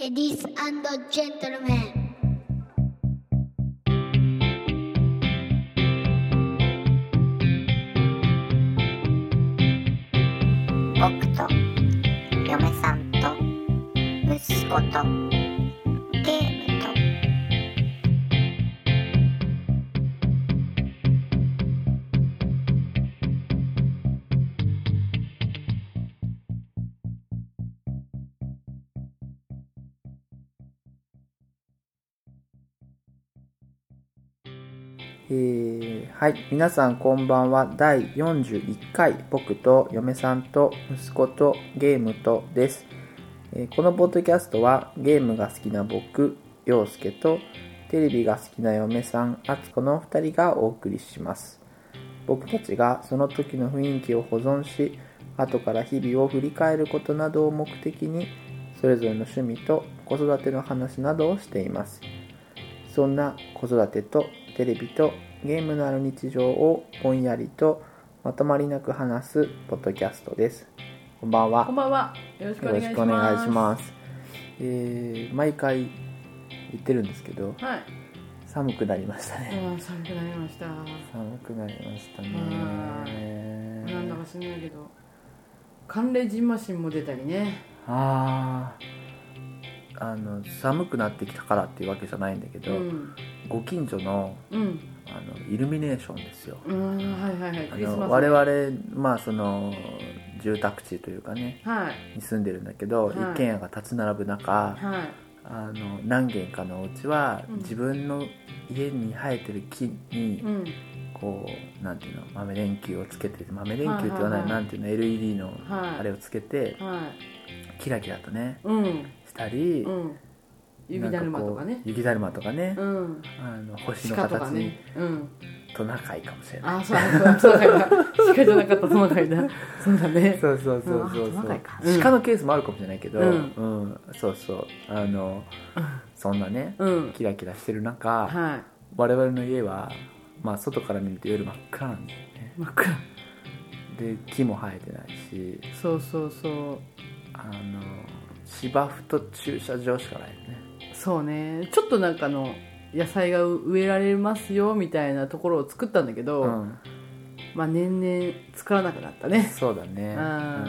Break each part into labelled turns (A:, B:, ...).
A: Ladies and gentlemen.
B: 僕と嫁さんと息子とゲームと
C: えーはい皆さんこんばんは第41回僕と嫁さんと息子とゲームとです、えーこのポッドキャストはゲームが好きな僕陽介とテレビが好きな嫁さん敦子の2人がお送りします僕たちがその時の雰囲気を保存し後から日々を振り返ることなどを目的にそれぞれの趣味と子育ての話などをしていますそんな子育てとテレビとゲームのある日常をぼんやりとまとまりなく話すポッドキャストです。こんばんは。
D: こんばんは。よろしくお
C: よ
D: 願
C: ろ
D: いし
C: し
D: ま
C: く
D: す。
C: お願いします。えー毎回言ってるんですけど、
D: はい。
C: 寒くなりました
D: あ
C: ね。
D: ー寒くなりました。
C: 寒くなりました
D: は
C: ね。
D: なんだか知んないけど、寒冷じんましんも出たりね。
C: ああ、あの寒くなってきたからっていうわけじゃないんだけ
D: う
C: ど、
D: ん。
C: ご近所の
D: うん。
C: あのイルミネーションですよ。
D: うん。はいはいはい。
C: あ
D: クリスマス、ね。
C: の我々まあその住宅地というかね
D: はい。
C: に住んでるんだけど、
D: はい
C: 一軒家が立ち並ぶ中
D: はい。
C: あの何軒かのお家は、
D: うん
C: 自分の家に生えてる木に
D: うん。
C: こうなんていうの豆電球をつけて豆電球って言わない,、
D: はいはいはい
C: なんていうの LED の
D: はい。
C: あれをつけて
D: はい。
C: キラキラとね
D: うん。
C: したり、
D: うん。指だるまと
C: なんこ
D: かね
C: う。雪だるまとかね
D: う、ん。
C: あの星の
D: 鹿と
C: 形
D: か
C: に、
D: ね。うん。
C: トナカイかもしれない
D: あー、そうだ。そうだ。鹿じゃなかった、トナカイだ。そうだ ね。
C: そうそうそうそう
D: あトナ
C: そ
D: カ
C: う
D: イかうん
C: 鹿のケースもあるかもしれないけど、う
D: うんん
C: そうそうあのそんなね
D: うん。
C: キラキラしてる中、
D: は
C: 我々の家は、まあ、外から見ると夜真っ暗なんですよね
D: い。真っ暗。
C: で木も生えてないし
D: そうそうそう。
C: あの芝生と駐車場しかないよね
D: そうねちょっとなんかあの野菜が植えられますよみたいなところを作ったんだけど、
C: うん
D: まあ年々作らなくなったね
C: そうだね
D: あ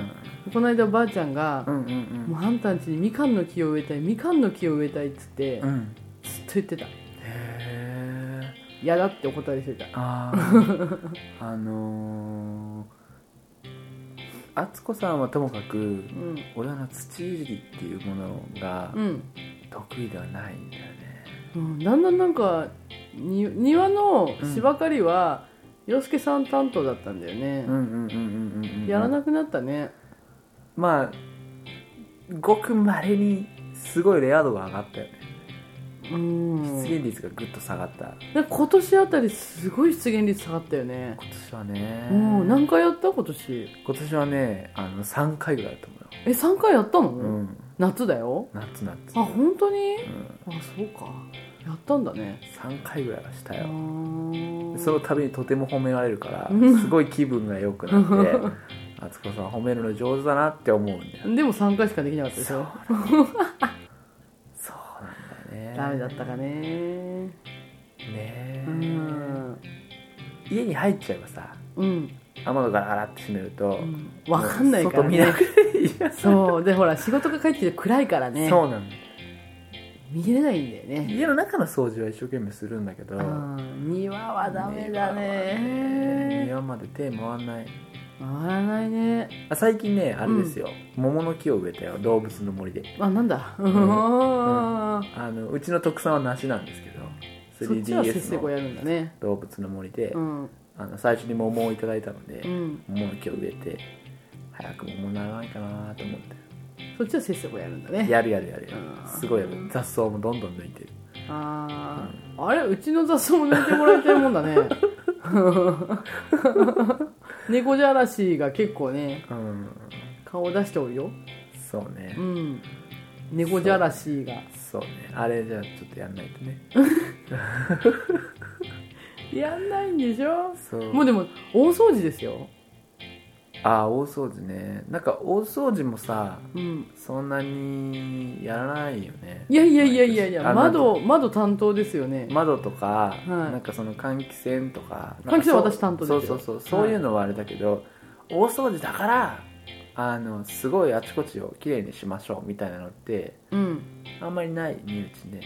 D: この間おばあちゃんが
C: う、んうんう
D: もうんあんたんちにみかんの木を植えたいみかんの木を植えたいっつって、
C: うんうん
D: ずっと言ってた
C: へえ
D: 嫌だってお断りしてた
C: あー あのー敦子さんはともかく
D: うん
C: 俺はあの土いじりっていうものが
D: うん、
C: 得意ではないんだよね、
D: うん、だんだんなんかに庭の芝刈りは、洋介さん担当だったんだよね、
C: んうんうんうん
D: やらなくなったね
C: まあごくまれにすごいレア度が上がったよね
D: うん
C: 出現率がぐっと下がった
D: なんか今年あたりすごい出現率下がったよね
C: 今年はね
D: もう何回やった今年
C: 今年はねあの3回ぐらいだと思
D: え3回やったの、
C: うよ、うん、
D: 夏だよ
C: 夏夏
D: あ本当に
C: うん、
D: あそうかやったんだね
C: 3回ぐらいはした
D: あ
C: よ
D: ー
C: その度にとても褒められるから
D: うん
C: すごい気分が良くな って敦子さん褒めるの上手だなって思うんだよ
D: でも3回しかできなかったでし
C: そう
D: ょ
C: そうなんだよね
D: ダメだったかね
C: ねえ
D: うん
C: 家に入っちゃえばさ
D: うん、
C: 雨戸から洗って閉めると、
D: うん、分かんないから
C: 外見な
D: ね
C: くていいや
D: そうでほら仕事が帰ってきて暗いから ね
C: そうなんだ
D: 見れないんだよね
C: 家の中の掃除は一生懸命するんだけど
D: うん庭はダメだ
C: 庭
D: ね
C: はまで手回んない
D: 回らないね
C: あ最近ねあれですよ、桃の木を植えたよ動物の森で
D: あなんだうんん
C: あのうちの特産は梨なんですけど
D: そっちはせっせ
C: 3DS
D: こ
C: の
D: やるんだね
C: 動物の森で、
D: うん
C: あの最初に桃をいただいたので、
D: うん
C: 桃の木を植えて早く桃ならないかなと思って
D: そっちはせっせこやるんだね
C: やるやるやるやる
D: うん
C: すごいやる雑草もどんどん抜いてる
D: あーあれうちの雑草も抜いてもらいたいもんだね 猫じゃらしが結構ね
C: うん
D: 顔出しておるよ
C: そうね、
D: うん猫じゃらしが
C: そうねあれじゃあちょっとやんないとね
D: やんないんでしょ
C: そう
D: もうでも大掃除ですよ
C: ああ大掃除ねなんか大掃除もさ
D: うん
C: そんなにやらないよね
D: いやいやいやいやい
C: あ
D: や
C: なんか
D: 窓窓担当ですよね、
C: 窓とか、
D: い
C: なんかその換気扇とか
D: 換気扇
C: なんかそう
D: 私担当ですよ
C: そうそうそうそういうのはあれだけど、大掃除だからあのすごいあちこちをきれいにしましょうみたいなのって
D: うん
C: あんまりない身内ね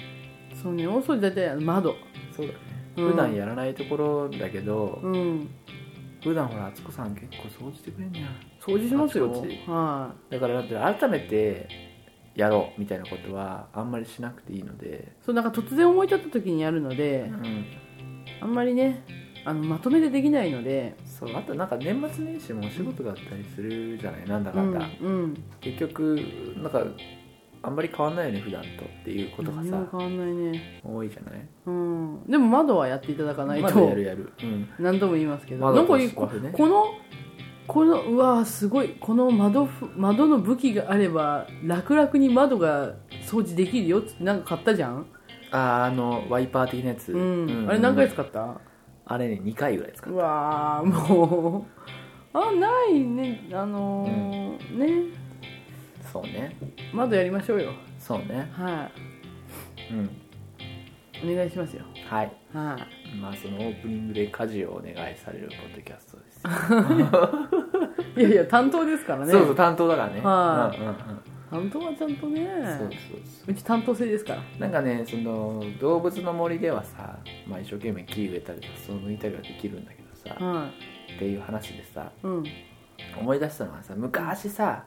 D: そうね大掃除大体窓
C: そうだね、
D: うん
C: 普段やらないところだけど、
D: うん
C: 普段ほらあつこさん結構掃除してくれんじゃん
D: 掃除しますよ
C: あちこち
D: は
C: だからなんて改めてやろうみたいなことはあんまりしなくていいので、
D: いそうなんか突然思い立った時にやるので、
C: うん、
D: あんまりねあのまとめてできないので
C: そうあとなんか年末年始もお仕事だったりするじゃないなんだ
D: う
C: かん
D: ん
C: だ、
D: うん
C: 結局なんかあんまり変わんないよね普段とっていうことが
D: 何も
C: さ
D: 変わんないね
C: 多いじゃない
D: うんでも窓はやっていただかない
C: まだや
D: と
C: るやる、うん、
D: 何度も言いますけどな
C: 窓
D: んか
C: と
D: いい
C: スパフね
D: このこのうわーすごいこの窓ふ窓の武器があれば楽々に窓が掃除できるよっつってなんか買ったじゃん、
C: あーあのワイパー的なやつ、
D: うん
C: うん
D: あれ何回使った
C: あれね2回ぐらい使
D: う
C: う
D: わーもうあないねあのーね
C: そうね
D: 窓やりましょうよ
C: そうね
D: は
C: うん
D: いお願いしますよ
C: はい
D: はい
C: まあそのオープニングで家事をお願いされるポッドキャスト です
D: いやいや担当ですからね
C: そうそう担当だからね
D: はい
C: うんうんうん
D: 担当はちゃんと
C: そう
D: ね
C: そうそう
D: うち担当制ですから
C: なんかねその動物の森ではさ、まあ、一生懸命木植えたりとかそう抜いたりはできるんだけどさ、
D: は
C: っていう話でさ
D: いうん
C: 思い出したのはさ昔さ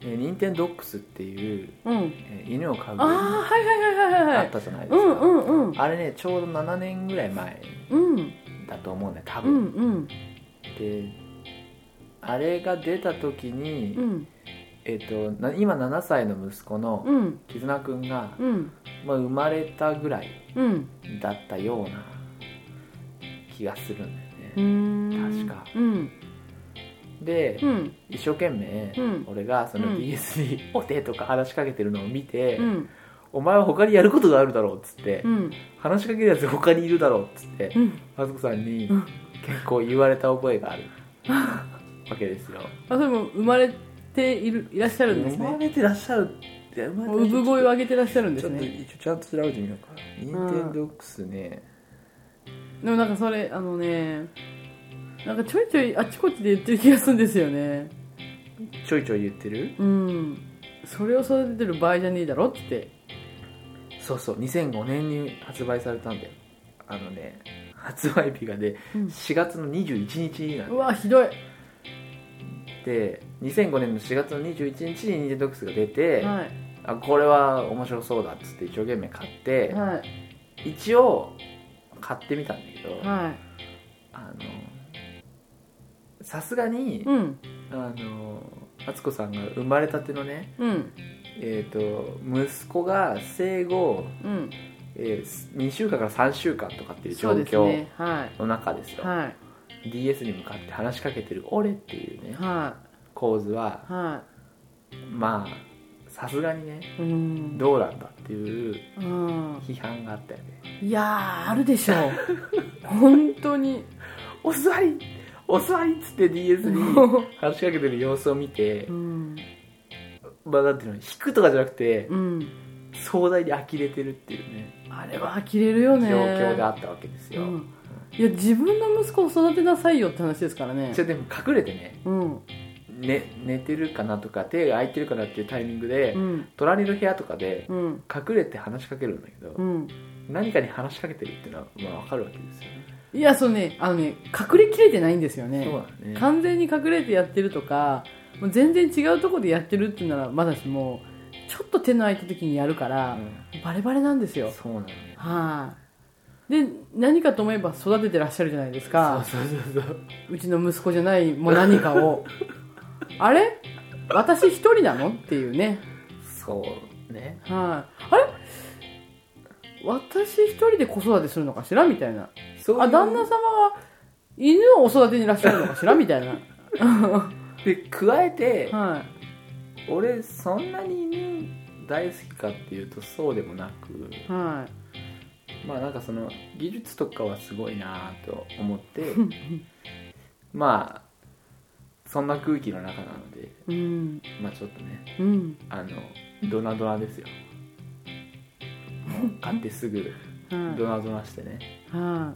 C: えー任天堂ドックスっていう、
D: うん
C: えー犬を飼う
D: ああはいはいはいはいは
C: あ
D: い
C: ったじゃないで
D: う
C: すか、
D: んうんうん
C: あれねちょうど7年ぐらい前
D: うん
C: だと思うんだよ多
D: う
C: 分、
D: んうん
C: であれが出た時に、
D: うん
C: えっ、とな今7歳の息子の
D: うん
C: 絆くんが、
D: うん
C: まあ、生まれたぐらい
D: うん
C: だったような気がするんだよ
D: う
C: ね、確
D: ん
C: か
D: うん
C: で、
D: うん
C: 一生懸命、
D: うん
C: 俺がその
D: うん
C: BS にお手とか話しかけてるのを見て、
D: うん
C: お前は他にやることがあるだろうっつって、
D: うん
C: 話しかけるやつ他にいるだろうっつって、
D: うん
C: あずこさんに
D: うん
C: 結構言われた覚えがあるわけですよ
D: あそれも生まれているいらっしゃるんです
C: 生ま
D: ね
C: れてらっしゃるいや生
D: も
C: ま
D: う
C: れて
D: 産声を上げてらっしゃるんで
C: ちょ
D: す
C: っと
D: ね
C: 一応ちゃんと調べてみようか任天堂 X ね、
D: でもなんかそれあのねなんかちょいちょいあちこちで言ってる気がするんですよね
C: ちょいちょい言ってる
D: うんそれを育ててる場合じゃねえだろって
C: そうそう2005年に発売されたんだよあのね発売日がね
D: うん
C: 4月の21日なんだ
D: うわひどい
C: で2005年の4月の21日に任天堂 X が出て、
D: は
C: あこれは面白そうだっつって一生懸命買って、
D: いはい
C: 一応買ってみたんだけど、
D: は
C: あのさすがに
D: い、うん
C: あの敦子さんが生まれたてのね、
D: うん
C: えー、と息子が生後、
D: うん
C: えー2週間から3週間とかっていう状
D: そうです
C: 況
D: ねは
C: の中です
D: い
C: よ
D: はい
C: DS に向かって話しかけてる「俺」っていうね
D: は
C: 構図はい
D: は
C: まあさすがにね
D: いうん
C: どうなんだっていう
D: うん
C: 批判があったよね
D: いやーあるでしょ う本当に
C: 「お座りお座り」っつって DS に話しかけてる様子を見て
D: うん
C: まあなんていうの引くとかじゃなくて
D: うん
C: 壮大に呆れてるっていうね
D: あれは呆れるよ
C: 状
D: ね
C: 況があったわけですよ、
D: うん、いや自分の息子を育てなさいよって話ですからね
C: じゃあでも隠れてね
D: うん
C: ね寝てるかなとか手が空いてるかなっていうタイミングで、
D: うん
C: 隣の部屋とかで
D: うん
C: 隠れて話しかけるんだけど、
D: うん
C: 何かに話しかけてるっていうのはまあ分かるわけですよね、
D: いやそうねあのね隠れきれてないんですよね
C: そうなんだね
D: 完全に隠れてやってるとかもう全然違うところでやってるっていうならまだしもちょっと手の空いた時にやるから、バレバレなんです
C: う
D: よ
C: んそうなんだよね
D: はい、で何かと思えば育ててらっしゃるじゃないですか
C: そうそうそうそう
D: うちの息子じゃないもう何か をあれ私一人なのっていうね
C: そうね
D: はい、あ、れ私一人で子育てするのかしらみたいな
C: そういう
D: あ旦那様は犬をお育てにいらっしゃるのかしらみたいな
C: で加えて、
D: はい
C: 俺そんなに犬大好きかっていうとそうでもなく
D: は
C: まあなんかその技術 とかはすごいなと思って
D: い
C: まあそんな空気の中なので
D: うん
C: まあちょっとね
D: うん
C: あのドナドナですよもう買ってすぐ
D: はい
C: ドナドナしてね、
D: は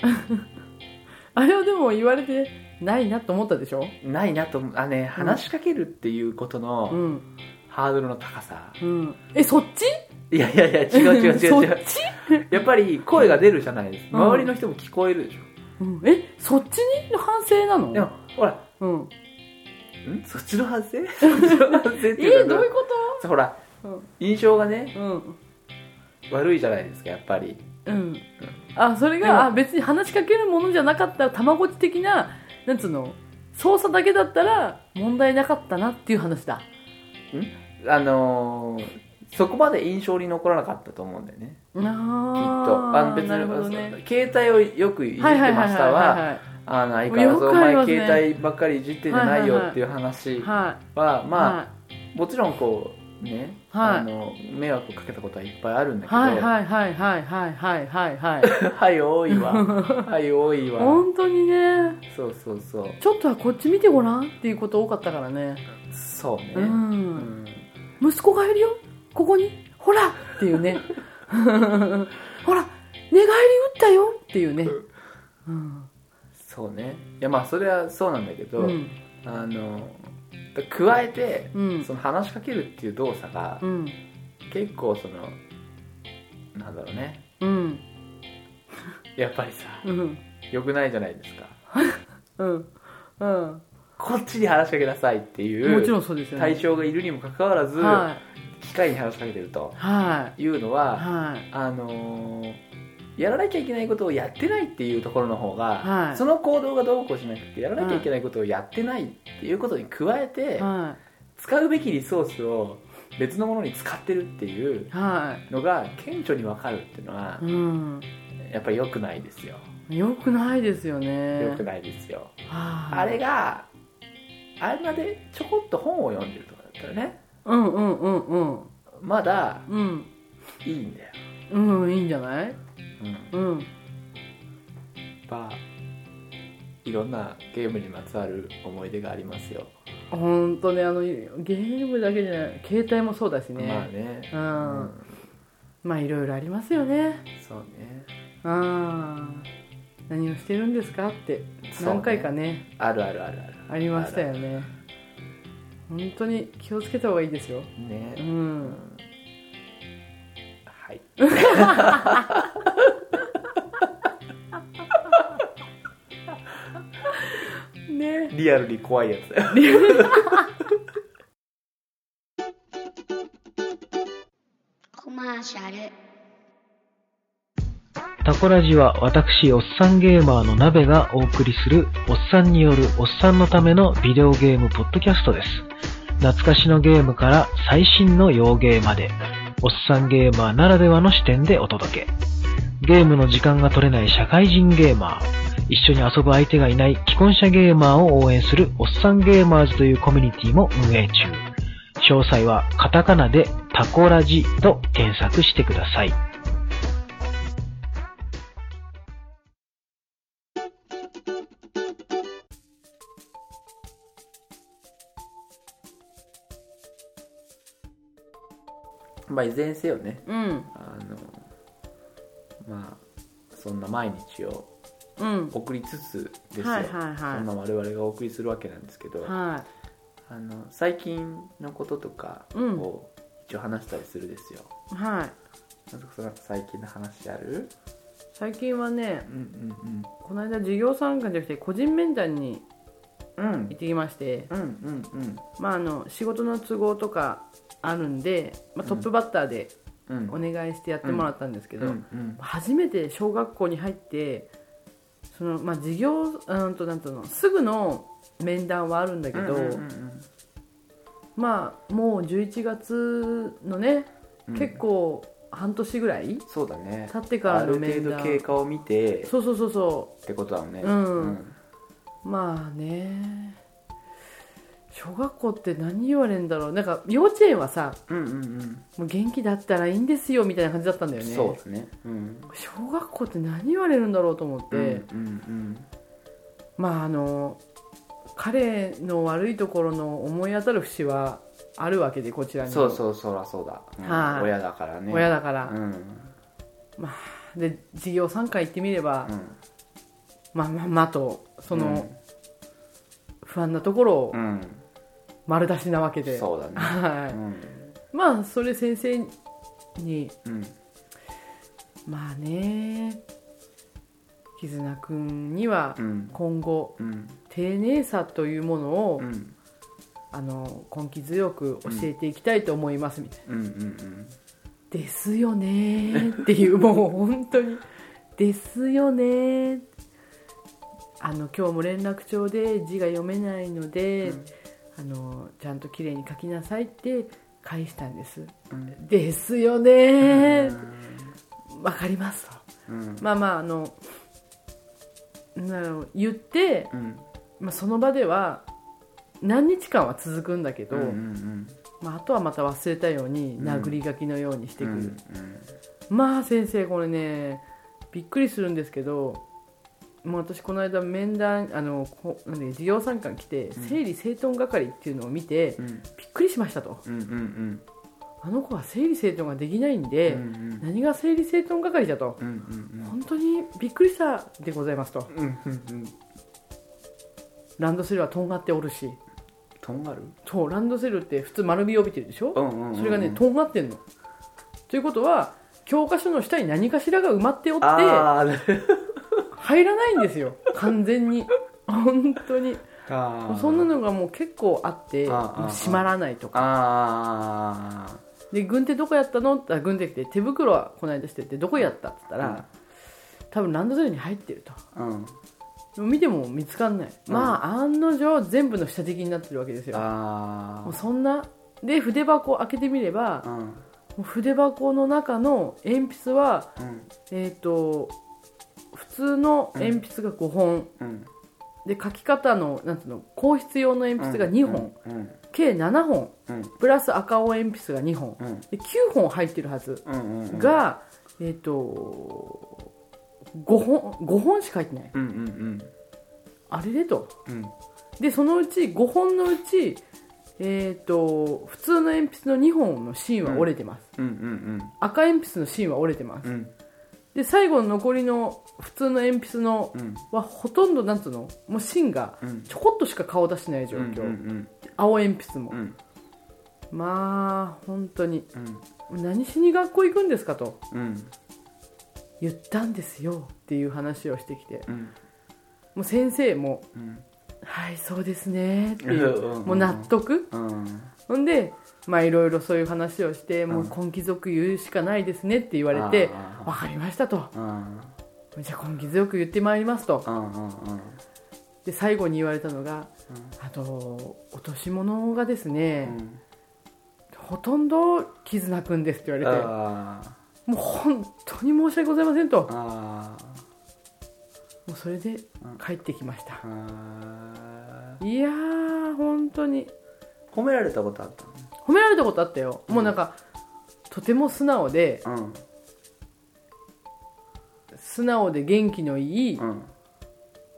C: う
D: い
C: ん
D: あれはでも言われてないなと思ったでしょ
C: ないなと思うあね話しかけるっていうこと
D: う
C: の
D: ん
C: ハードルの高さ、
D: うんえそっち
C: いやいやいや違う違う違う違
D: そっ
C: う
D: ち、
C: やっぱり声が出るじゃないです
D: うん
C: 周りの人も聞こえるでしょ、
D: うん、えそっちに反省なの
C: でもほら
D: うん、
C: んそっちの反 省そっちの反省って
D: え
C: いうの
D: ど
C: は
D: ういうこ
C: ほら
D: と
C: 印象がね
D: うんうん
C: 悪いじゃないですかやっぱり
D: うんあそれ
C: でも
D: があ別に話しかけるものじゃなかったたまごっち的ななんつうの操作だけだったら問題なかったなっていう話だ
C: あのーそこまで印象に残らなかったと思うんだよね
D: あー
C: きっとあの別に
D: なるほどね
C: 携帯をよくいじってま
D: はいはいはい
C: した
D: はい
C: は
D: はい
C: あの相変わらず
D: よ
C: お
D: くあり
C: 前
D: ますね
C: 携帯ばっかりいじってんじゃないよ
D: はいはいはい
C: っていう話
D: は
C: はま
D: あ
C: あもちろんこうね
D: はい
C: あの迷惑をかけたことはいっぱいあるんだけど
D: はい
C: 「
D: はいはいはいはいはいはい はい
C: はい多 いわ」「はい多いわ
D: 本当にね」
C: そうそうそう
D: ちょっとはこっち見てごらんっていうこと多かったからね
C: そうね
D: う
C: うんん
D: 息子がいるよここにほらっていうね ほら寝返り打ったよっていうねうん
C: そうねいやまあそれはそうなんだけど、
D: うん
C: あの加えて、
D: うん
C: その話しかけるっていう動作が
D: うん
C: 結構そのなんだろうね
D: うん
C: やっぱりさ
D: うん
C: 良くないじゃないですか
D: うんうん
C: こっちに話しかけなさいってい
D: もちろ
C: うん
D: そうですよね
C: 対象がいるにもかかわらず、
D: はい
C: 機械に話しかけてると
D: はい
C: いうのは、
D: はい
C: あのーやらなきゃいけないことをやってないっていうところの方が、
D: はい
C: その行動がどうこうしなくてやらなきゃいけないことをやってないっていうことに加えて、
D: は
C: 使うべきリソースを別のものに使ってるっていう
D: いは
C: のが顕著に分かるっていうのはい
D: うん
C: やっぱり良くないですよ
D: よくないですよね
C: 良くないですよ、
D: はい
C: あれがあれまでちょこっと本を読んでるとかだったらね
D: うんうんうんうん
C: まだ
D: うん
C: いいんだよ、
D: うんいいんじゃない
C: うん、やっ
D: うん
C: ぱいろんなゲームにまつわる思い出がありますよ、
D: 本当ねあのゲームだけじゃない携帯もそうだしね、
C: まあね
D: う
C: うん
D: まあいろいろありますよね
C: そうね
D: うん何をしてるんですかって
C: そうね
D: 何回かね
C: あるあるあるある
D: ありましたよね本当に気をつけた方がいいですよ
C: ね
D: う
C: うんんはい
D: ね
C: リアルに怖いやつだよ
A: コマーシャル
E: タコラジは私、おっさんゲーマーの鍋がお送りする、おっさんによるおっさんのためのビデオゲームポッドキャストです。懐かしのゲームから最新の洋ゲーまで、おっさんゲーマーならではの視点でお届け。ゲームの時間が取れない社会人ゲーマー、一緒に遊ぶ相手がいない既婚者ゲーマーを応援するおっさんゲーマーズというコミュニティも運営中。詳細はカタカナでタコラジと検索してください。
C: まあいずれにせよね
D: うん
C: あのまあそんな毎日を
D: うん
C: 送りつつですよ、
D: はいはいはい
C: そんな我々がお送りするわけなんですけど、
D: は
C: あの最近のこととか
D: うん
C: を一応話したりするですよ、
D: いはい
C: なんかその最近の話ある
D: 最近はね
C: うん
D: この間授業参観じゃなくて個人面談に
C: うんうんうん
D: 行ってきまして
C: うんうんうん
D: まああの仕事の都合とかあるんで、まあ、トップバッターで
C: うん
D: お願いしてやってもらったんですけど、
C: うんうん
D: 初めて小学校に入ってそのまあ授業うんとなんとのすぐの面談はあるんだけど、
C: うんうんうん
D: まあもう11月のね、
C: うん
D: 結構半年ぐらい
C: そうだね
D: 経ってから
C: あ
D: の
C: る
D: 面
C: 程
D: 談
C: 度経過を見て
D: そうそうそうそ
C: ってことだもんね
D: うんうまあね小学校って何言われんだろうなんか幼稚園はさ
C: うんうんうん
D: もう元気だったらいいんですよみたいな感じだったんだ
C: う
D: よ
C: ん
D: ね
C: そうですねうん
D: 小学校って何言われるんだろうと思って、
C: うんうん
D: まああの彼の悪いところの思い当たる節はあるわけでこちらに
C: そう
D: う
C: そうそうだそうだ、うん
D: はい
C: 親だからね
D: 親だから、
C: うん
D: で事業参加行ってみれば、
C: うん
D: まあまあまあとその、不安なところを
C: うん、
D: 丸出しなわけで、
C: そうだね
D: は
C: うん
D: い、まあそれ先生に
C: うん
D: まあね絆くんには
C: うん
D: 今後
C: うん
D: 丁寧さというものを、
C: うん
D: あの根気強く教えていきたいと思いますみたいな、
C: うんうん
D: ですよねーっていうもう本当にですよねーあの今日も連絡帳で字が読めないので、あのちゃんと綺麗に書きなさいって返したんです、
C: うん
D: ですよねーわかりますと
C: うん
D: まあまああのなの言って、
C: うん
D: まあ、その場では何日間は続くんだけど、
C: うんうん
D: まあ、あとはまた忘れたように
C: ん
D: 殴り書きのようにして
C: う
D: くる、
C: ん
D: まあ先生これねびっくりするんですけどもう私この間面談あのこなんで授業参観来て整理整頓係っていうのを見て、
C: うんうん
D: びっくりしましたと
C: うんうん
D: あの子は整理整頓ができないんで、
C: うんうん
D: 何が整理整頓係だと、
C: うんうん
D: 本当にびっくりしたでございますと
C: うんうんうん
D: ランドセルはとんがっておるし
C: とんがる
D: そうランドセルって普通丸みを帯びてるでしょ、
C: うんうんうんうん
D: それがねとんがってんのということは教科書の下に何かしらが埋まっておって
C: あー
D: 入らないんですよ完全に本当に
C: あー
D: そんなのがもう結構あって
C: あー
D: もう閉まらないとか
C: ああ
D: で軍手どこやったのって言ったら軍手来て手袋はこの間しててどこやったって言ったら、多分ランドセルに入ってると
C: うん
D: でも見ても見つかんない、
C: うん
D: まあ案の定全部の下敷きになってるわけですよ
C: あ
D: もう
C: ー
D: そんなで筆箱を開けてみれば
C: うん
D: もう筆箱の中の鉛筆は
C: うん
D: えっ、と普通の鉛筆が5本、
C: うん
D: で書き方のなんていうの硬筆用の鉛筆が2本、
C: うん
D: 計7本
C: うん
D: プラス赤青鉛筆が2本
C: うん
D: で9本入ってるはず
C: うんうんうん
D: が、えっ、と5本5本しか入ってない
C: うんうんうん
D: あれれと
C: うん
D: でそのうち5本のうちえっ、と普通の鉛筆の2本の芯は折れてます、
C: うんうん
D: 赤鉛筆の芯は折れてます、
C: うんうん
D: で最後の残りの普通の鉛筆の
C: うん
D: はほとんどなんつうのもう芯が
C: うん
D: ちょこっとしか顔出してない状況、
C: うん
D: 青鉛筆も
C: うんう、ん
D: まあ本当に
C: うん
D: 何しに学校行くんですかと
C: うん
D: 言ったんですよっていう話をしてきて
C: うん
D: もう先生も
C: うん
D: 「はいそうですね」ってい
C: うんうんう
D: うんもう納得
C: うん
D: ほんでまあいろいろそういう話をして「もう根気強く言うしかないですね」って言われて
C: あ
D: 「
C: ー
D: わかりました」と
C: うん
D: 「じゃあ根気強く言ってまいります」と
C: うんうんうん
D: で最後に言われたのが「あと落とし物がですね
C: うん
D: ほとんど絆くんです」って言われて
C: あー
D: 「もう本当に申し訳ございません」と。
C: あー
D: もうそれで帰ってきました、
C: あー
D: いやー本当に
C: 褒められたことあった
D: 褒められたことあったよ、もうなんかとても素直で
C: の
D: 素直で元気のいい
C: うんうん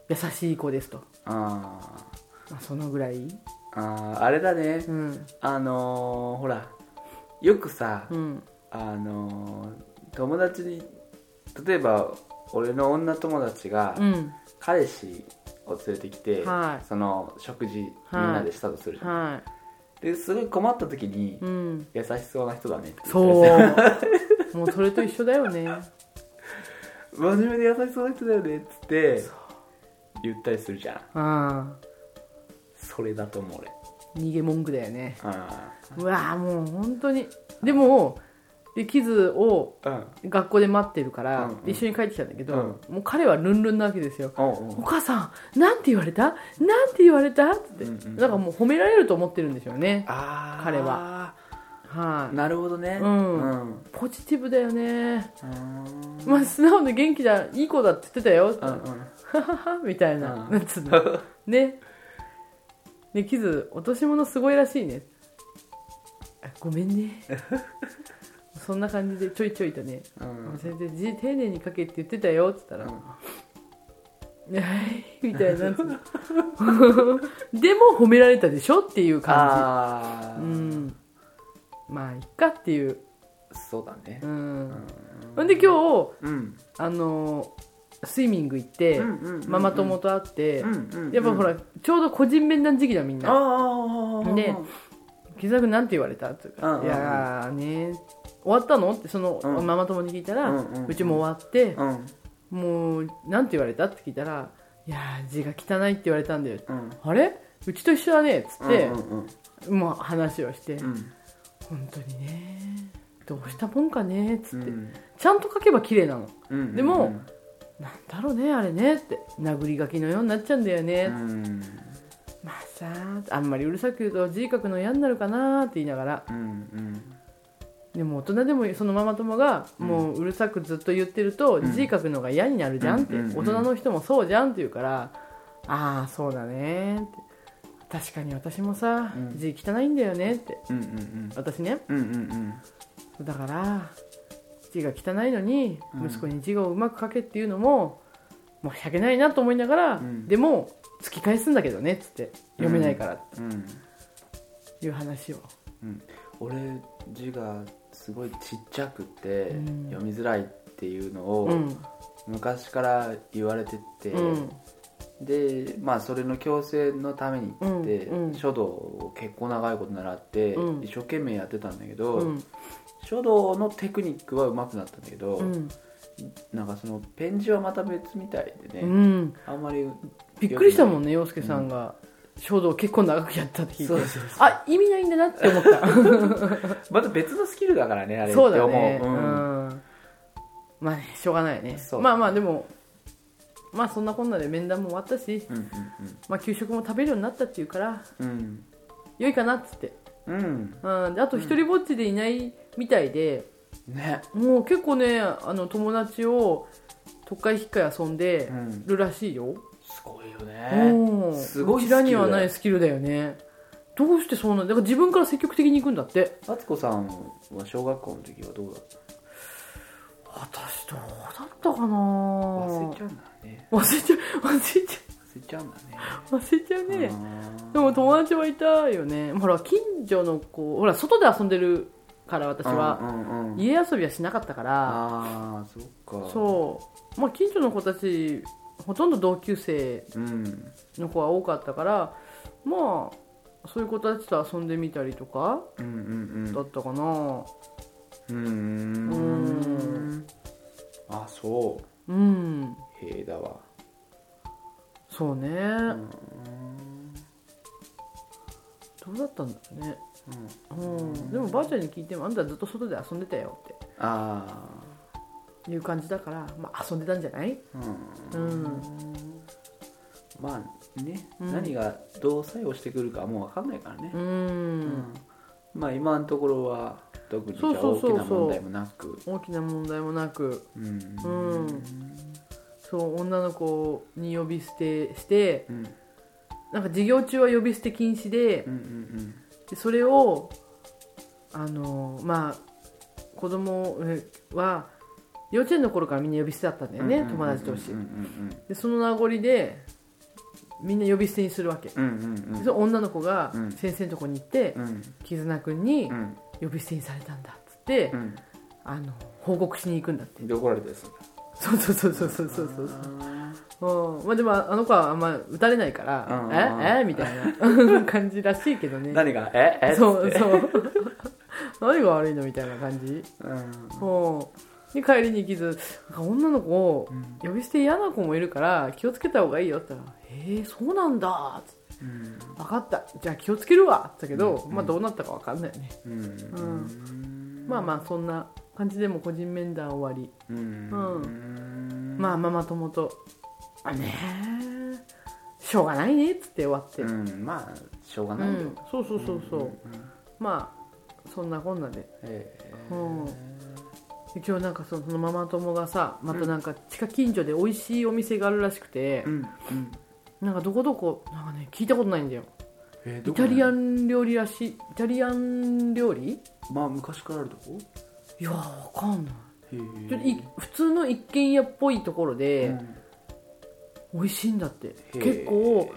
D: 優しい子ですと、
C: あ
D: まあ、そのぐらい
C: ーあーあれだね
D: うん
C: あのーほらよくさ
D: うん
C: あのー友達に例えば俺の女友達が
D: うん
C: 彼氏を連れてきて、
D: はい
C: その食事みん
D: はい
C: なでしたとするじゃん、
D: は
C: ですごい困った時に
D: いうん
C: 優しそうな人だねって
D: そうもうそれと一緒だよね
C: 真面目で優しそうな人だよねっつって言ったりするじゃん
D: あ
C: それだと思う俺
D: ー逃げ文句だよね
C: あ
D: うわーもう本当にでもでキズを
C: あうん
D: 学校で待ってるから、
C: うんうん
D: で一緒に帰ってきたんだけど、もう彼はルンルンなわけですよ
C: おう
D: お
C: お
D: 母さん、なんて言われたなんて言われたって、
C: うんうん
D: なんかもう褒められると思ってるんでしょうね。
C: ああ
D: 彼ははい、
C: なるほどね
D: うん
C: うん
D: ポジティブだよね。
C: うーん
D: まあ、素直で元気だ、いい子だって言ってた
C: う
D: よ。
C: んうん
D: はははみたいな。
C: うん
D: なんつう の。ね。ね、キズ、落とし物すごいらしいね。あごめん ね。そんな感じでちょいちょいとね、
C: うん
D: 先生字丁寧に書けって言ってたよって言ったら、
C: うん
D: はい みたいな なんつうのでも褒められたでしょっていう感
C: あー
D: じうんまあいっかっていう
C: そうだね
D: うん、ほんで今日
C: うん
D: あのスイミング行って、
C: うんうんうんうん
D: ママ友と会って、
C: うんうんうん
D: やっぱほら、ちょうど個人面談時期だみんな
C: ああ
D: で「木沢君なんて言われた?」って言
C: うん
D: うから
C: うん
D: いやーね終わったの?」ってその、
C: うん
D: ママ友に聞いたら、
C: う
D: うん
C: うんうん
D: ちも終わって
C: う、ん
D: もうなんて言われた?」って聞いたら「いやー字が汚いって言われたんだよ」
C: うん
D: あれうちと一緒だね」っつって、
C: うんうん
D: もう話をして、
C: うん
D: 本当にねどうしたもんかねっつ
C: う
D: って、
C: ん
D: ちゃんと書けば綺麗なの
C: うん
D: でもなんだろうねあれねって殴り書きのようになっちゃうんだよ
C: う
D: ね、
C: ん
D: まあさあんまりうるさく言うと字書くの嫌になるかなって言いながら
C: うんうん
D: でも大人でもそのママ友がもううるさくずっと言ってると
C: ん
D: 字書くのが嫌になるじゃんって
C: うんうんうん
D: 大人の人もそうじゃんって言うからああそうだねって確かに私もさ
C: うん
D: 字汚いんだよねって
C: うんうん
D: 私ね
C: うんうんうん
D: だから字が汚いのに
C: うん
D: 息子に字をうまく書けっていうのも申し訳ないなと思いながら、
C: ん
D: でも突き返すんだけどねっつって読めないからっ
C: うん
D: ていう話を、
C: うん俺字がすごいちっちゃくて
D: うん
C: 読みづらいっていうの
D: う
C: を
D: ん
C: 昔から言われてて
D: うん
C: でまあそれの矯正のためにって言って
D: うんうん
C: 書道を結構長いこと習って
D: うん
C: 一生懸命やってたんだけ
D: う
C: ど
D: ん
C: 書道のテクニックは上手くなったんだけど
D: うん
C: なんかそのペン字はまた別みたいでね
D: うん
C: あんまり
D: びっくりしたもんね洋介さんが書道結構長くやったって聞いて
C: そうそうそう
D: あ意味ないんだなって思った
C: また別のスキルだからねあれって
D: そう
C: 思
D: だ
C: う
D: ねう
C: うん
D: ん、まあねしょうがないね
C: そう
D: まあまあでもまあそんなこんなで面談も終わったし、
C: うん
D: まあ、給食も食べるようになったっていうから
C: うん
D: 良いかなっつって、
C: うんうん
D: うん、であと一人ぼっちでいないみたいで、
C: ね
D: もう結構ねあの友達を都会引っかい遊んで
C: うん
D: るらしいよ、
C: すごいよ
D: うん
C: ねすごいス
D: こ
C: キ
D: ち
C: ル
D: ら
C: だ
D: に
C: よ
D: はないスキルだよねどうしてそうなんだから自分から積極的に行くんだって
C: 敦子さんは小学校の時はどうだった
D: 私どうだったかな
C: 忘れ
D: 忘
C: ちゃうんだね
D: 忘れちゃう忘れちゃ
C: 忘れちゃうんだね
D: う忘れちゃうね
C: あー
D: でも友達はいたよねほら近所の子ほら外で遊んでるから私は、
C: うんうんうん
D: 家遊びはしなかったから
C: ああそっか
D: そうまあ近所の子たちほとんど同級生
C: ううん
D: の子が多かったからまあそういう子たちと遊んでみたりとか
C: うんうん
D: だったかな
C: うんうん
D: うん
C: あそう
D: うん、
C: へえだわ
D: そうね、
C: うん
D: どうだったんだろうね、
C: うん
D: うん、でもばあちゃんに聞いてもあんたずっと外で遊んでたよっ
C: あ
D: ていう感じだから、まあ、遊んでたんじゃない
C: あうん
D: うん
C: まあね、
D: うん
C: 何がどう作用してくるかはもう分かんないからね
D: う、
C: うんんまあ今のところは特にじゃあ
D: そう
C: 大
D: そう
C: き
D: そう
C: な
D: そう
C: 問題もなく
D: 大きな問題もなく
C: うん
D: うんそう女の子に呼び捨てして
C: うんうん
D: なんか授業中は呼び捨て禁止で、
C: うんうん
D: でそれをあのまあ子供えは幼稚園の頃からみんな呼び捨てだったんだよね、友達同士、
C: うん
D: でその名残でみんな呼び捨てにするわけ、
C: うんうんうんうん
D: でその女の子が
C: うん
D: 先生のとこに行って、
C: うん
D: 絆君に
C: うん
D: 呼び捨てにされたんだっつって、
C: うん
D: あの報告しに行くんだって
C: で怒られたりする
D: そうそうそうそうそうそうそう
C: あ
D: うんまあでもあの子はあんま打たれないか
C: うん
D: ら、
C: うん
D: ええみたいな 感じらしいけどね
C: ー何がええ
D: そう
C: っつって
D: そう 何が悪いのみたいな感じ
C: うん
D: そうで帰りに行きずなんか女の子を
C: うん
D: 呼び捨て嫌な子もいるから気をつけた方がいいよって言ったら「えー、そうなんだ」つって
C: うん
D: 分かったじゃあ気をつけるわ」って言ったけど、
C: うん
D: まあどうなったか分かんないよね、
C: うんうん
D: まあまあそんな感じでも個人面談終わり、
C: うん
D: うん
C: うん
D: まあママ友と「あねえしょうがないね」っつって終わって、
C: う
D: うん
C: んまあしょうがないよ
D: そうそうそうそう、
C: んん
D: まあそんなこんなで
C: ええ
D: うんで今日なんかそのそのママ友がさまたなんか地下近所で美味しいお店があるらしくて、
C: うんうん
D: なんかどこどこなんかね聞いたことないんだよ
C: えー
D: イ
C: どこ
D: タリアン料理らしいイタリアン料理
C: まあ昔からあるとこ
D: いやーわかんない
C: へえ
D: ちょっとい普通の一軒家っぽいところで、
C: うん
D: 美味しいんだって
C: へー
D: 結構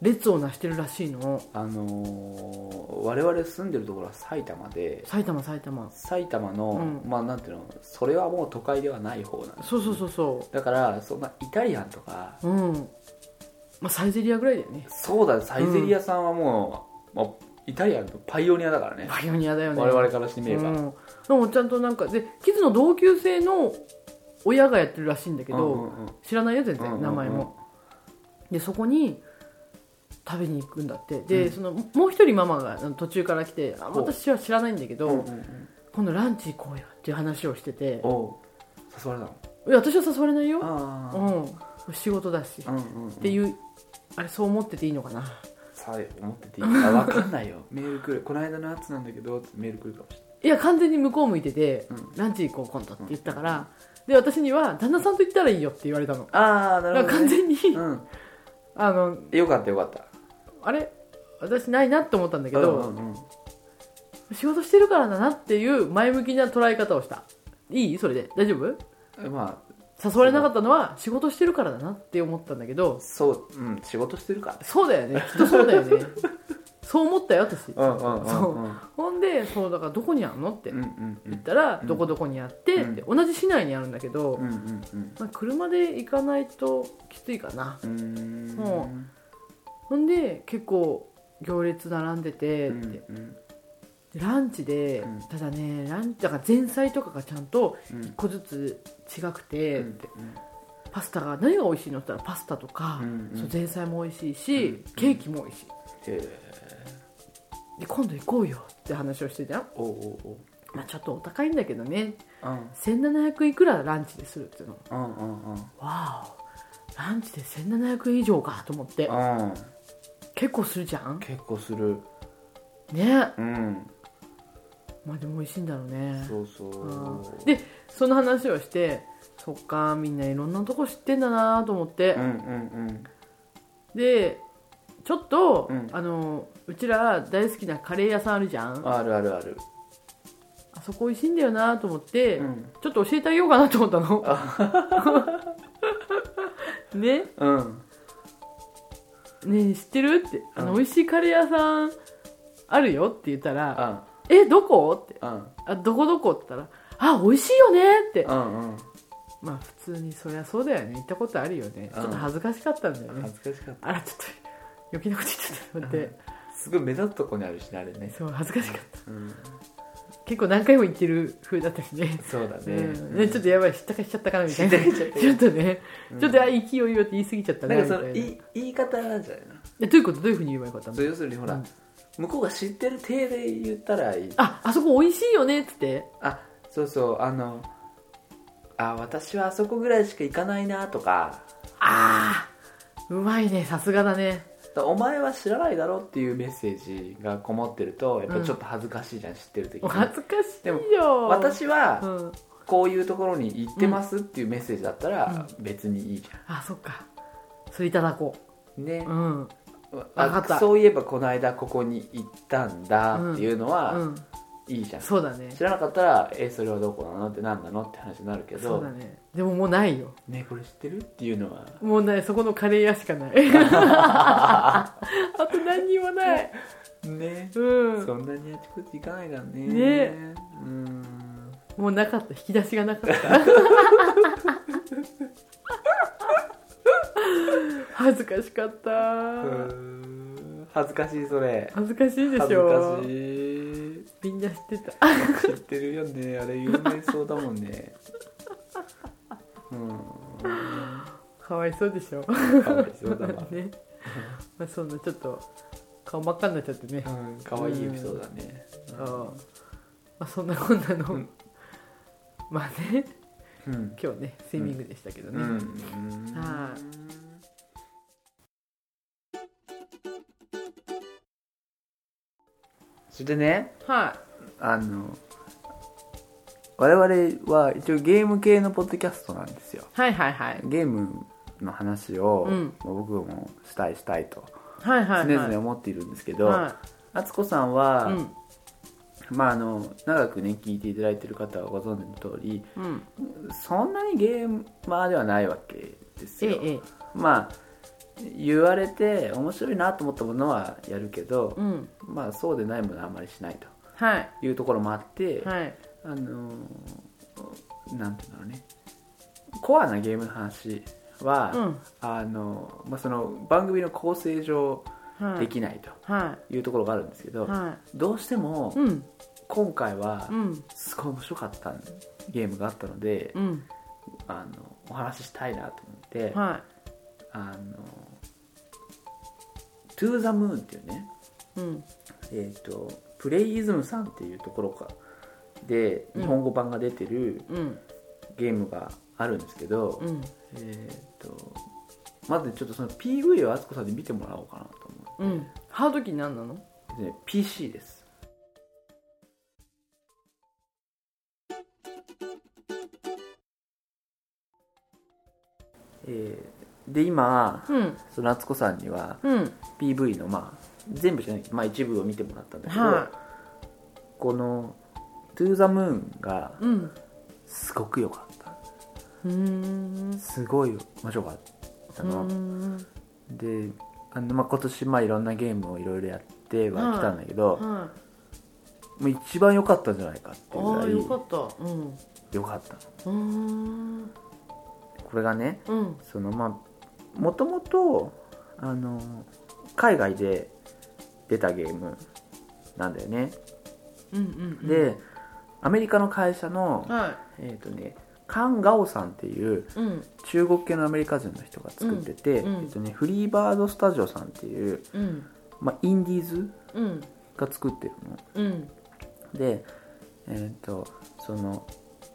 D: 列をなしてるらしいの
C: あのー我々住んでるところは埼玉で
D: 埼玉埼玉
C: 埼玉の、
D: うん
C: まあなんていうのそれはもう都会ではない方なんです
D: そうそうそうそ
C: だからそんなイタリアンとか
D: ううんまあサイゼリアぐらいだよね
C: そうだサイゼリアさんはもう、まあ、イタリアンのパイオニアだからね
D: パイオニアだよね
C: 我々からしてみれば、
D: うん、でもちゃんとなんかでキズの同級生の親がやってるらしいんだけど、
C: うんうんうん
D: 知らないよ全然、
C: うんうんうん
D: 名前もでそこに食べに行くんだってで、
C: うん
D: そのもう一人ママがあの途中から来てあ
C: ほう
D: 私は知らないんだけど、
C: うんうんうん
D: 今度ランチ行こうよっていう話をしてて
C: おう誘われたの
D: いや私は誘われないよ、
C: あ
D: うん、仕事だし、
C: あ
D: っ
C: うんうんってう
D: いうあれそう思ってていいのかな
C: さあ思ってていいか分かんないよ メール来るこの間のやつなんだけどってメール来るかもし
D: いや完全に向こう向いてて、
C: うん
D: ランチ行こう今度って言ったから、で私には旦那さんと行ったらいいよって言われたの
C: れないああな
D: だから完全に、
C: うん
D: あの
C: よかったよかった
D: あれ私ないなって思ったんだけ
C: う
D: ど、
C: んうんうん
D: 仕事してるからだなっていう前向きな捉え方をしたいいそれで大丈夫
C: えまあ
D: 誘われなかったのは仕事してるからだなって思ったんだけど
C: そう、うん、仕事してるから
D: そうだよねきっとそうだ よねそう思ったよ私、
C: うんうんうん
D: そ
C: うん
D: うほんでそうだからどこにあんのって
C: うん
D: 言
C: うんうん
D: ったら、
C: うん
D: どこどこにあって、
C: うん
D: で同じ市内にあるんだけど、
C: うんうんうん
D: まあ、車で行かないときついかな
C: うーん
D: もほんで結構行列並んでてって、
C: うんうん
D: でランチで、
C: うん
D: ただねランだから前菜とかがちゃんと
C: うん
D: 1個ずつ違くて、
C: うん
D: パスタが何が美味しいのって言ったらパスタとか、
C: うんうん
D: そう前菜も美味しいし、
C: うんうん
D: ケーキも美味しい
C: えー
D: で今度行こうよって話をしてたよ、
C: おうおうおう
D: まあ、ちょっとお高いんだけどね
C: うん
D: 1700いくらランチでするっていうの
C: うんうんうん
D: わおランチで1700以上かと思って
C: うん
D: 結構するじゃん
C: 結構する
D: ね
C: うん
D: まあでも美味しいんだろうね
C: そうそう
D: でその話をしてそっかみんないろんなとこ知ってんだなと思って、
C: うんうんうん
D: でちょっと、
C: うん
D: あのうちら大好きなカレー屋さんあるじゃんあ
C: あるあるある
D: そこ美味しいんだよなと思って、
C: うん
D: ちょっと教えてあげようかなと思ったの ね
C: うん
D: ねえ知ってるってあの、
C: うん
D: 美味しいカレー屋さんあるよって言ったら
C: あ
D: 「えどこ?」って
C: うん
D: あ「どこどこ?」って言ったら「あ美味しいよね」って
C: うんうん
D: まあ普通にそりゃそうだよね行ったことあるよね
C: ん
D: ちょっと恥ずかしかったんだよね
C: 恥ずかしかった
D: あらちょっと余計なこと言っちゃったと思って、
C: すごい目立つとこにあるしねあれね
D: そう恥ずかしかった
C: うん
D: 結構何回も行ってる風だったしね
C: そうだね
D: うんねちょっとやばい知ったかしちゃったかなみたい
C: 知っ
D: な
C: たかしちゃったか
D: ちょっとね、
C: うん
D: ちょっとあ勢いよって言い過ぎちゃった
C: な
D: ね
C: んかその
D: みたいな
C: 言い言い方なんじゃないの
D: えどういうことどういうふうに言えばよかったの
C: そう要するにほら、
D: うん
C: 向こうが知ってる体で言ったらいい
D: ああそこ美味しいよねっつって
C: あそうそうあのあ私はあそこぐらいしか行かないなとか
D: ああうまいねさすがだね
C: お前は知らないだろうっていうメッセージがこもってるとやっぱちょっと恥ずかしいじゃん、知ってる時
D: お
C: に
D: 恥ずかし
C: でも
D: いよ
C: 私
D: う
C: は
D: ん、
C: こういうところに行ってますっていうメッセージだったら別にいいじ
D: あそっかそれいただこ
C: ゃんね
D: う、うん
C: あ
D: わかった
C: そういえばこの間ここに行ったんだっていうの
D: う
C: は
D: ん
C: いいじゃん、
D: そうだね
C: 知らなかったらえそれはどこなのって何なのって話になるけ
D: そう
C: ど
D: だねでももうないよ
C: ねこれ知ってるっていうのは
D: もうないそこのカレー屋し かないあと何にもない
C: ね
D: うん
C: そんなにあちこち行かないからね
D: ね
C: うん
D: もうなかった引き出しがなか った恥ずかしかった、
C: うーん恥ずかしいそれ
D: 恥ずかしいで
C: 恥
D: し
C: ず
D: ょ
C: かしい
D: みんな知ってた
C: 知ってるよねあれ有名そうだもんねうん
D: かわいそうでしょ
C: かわいそうだわ、
D: ねまあそんなちょっと顔真っ赤になっちゃってね、
C: うん、かわいいエピソードだね
D: あーまあ、そんなこんなの、
C: うん
D: まあね
C: うん
D: 今日ねスイミングでしたけど
C: う
D: ね、
C: ん
D: は
C: それでね
D: は
C: あの我々は一応ゲーム系のポッドキャストなんですよ
D: い、はいはいはい
C: ゲームの話を、
D: うん
C: 僕もしたいしたいと
D: はいは
C: 常
D: い
C: 々
D: は
C: 思っているんですけ
D: い
C: ど、
D: は
C: 敦子さん
D: い
C: は、
D: うん
C: まああの長くね聞いていただいている方はご存知の通り
D: うん
C: そんなにゲーマーではないわけです
D: ええ
C: よ
D: ええ
C: まあ言われて面白いなと思ったものはやるけど、
D: うん
C: まあそうでないものはあんまりしないと
D: はい
C: いうところもあって、
D: はい
C: あのーなんていうんだろうねコアなゲームの話は、
D: うん
C: あのまあ、その番組の構成上
D: はい
C: できないと
D: は
C: いうところがあるんですけど、
D: いは
C: どうしても
D: いうん
C: 今回は
D: うん
C: すごい面白かったゲームがあったので、
D: うん
C: あのお話ししたいなと思って「
D: は
C: あのトゥー・ザ・ムーン」っていうね、
D: いうん
C: えー、とプレイイズムさんっていうところかで
D: うん
C: 日本語版が出てる
D: うん
C: ゲームがあるんですけど、
D: うん
C: えー、とまずちょっとその PV をあつこさんに見てもらおうかなと思って、
D: うんハードキー何なの
C: で PC ですえーで今
D: うん
C: そのあつこさんには
D: うん
C: PV のまあ全部じゃない、まあ、一部を見てもらったんだけど、
D: は
C: この「To the Moon」が
D: いうん
C: すごく良かった
D: うーん
C: すごい面白かったの、
D: うん
C: であの、まあ、今年まあいろんなゲームをいろいろやってはきたんだけど、
D: は
C: もう一番良かったんじゃないかっ
D: い
C: ていうぐ
D: あ
C: ら
D: あ
C: い
D: よかったうん
C: 良かったの
D: うーん
C: これがね
D: うん
C: そのまあもともとあの海外で出たゲームなんだよね、
D: うんうん
C: でアメリカの会社の、
D: は
C: えっ、とねカン・ガオさんっていう
D: いうん
C: 中国系のアメリカ人の人が作ってて、
D: うんうん
C: えっとね、フリーバード・スタジオさんっていう、
D: うん
C: まあ、インディーズ
D: うん
C: が作ってるの
D: うん
C: でえっ、とその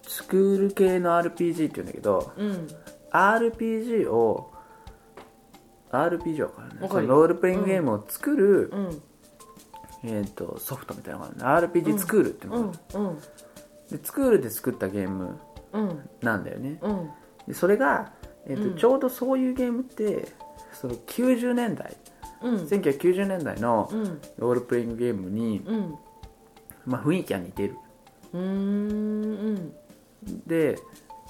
C: スクール系の RPG っていうんだけど
D: うん
C: RPG を RPG は分からな
D: わ
C: い
D: か
C: そ
D: る
C: のロールプレイングゲームを作る、
D: うん
C: えー、とソフトみたいなのがあるね RPG スクールっていう
D: う
C: のがあ
D: ん
C: る、
D: うん
C: でスクールで作ったゲーム
D: うん
C: なんだよね
D: うん
C: でそれが、えーと
D: うん
C: ちょうどそういうゲームってその90年代
D: うん
C: 1990年代の
D: うん
C: ロールプレイングゲームに、
D: うん
C: まあ、雰囲気は似てる
D: うーん
C: で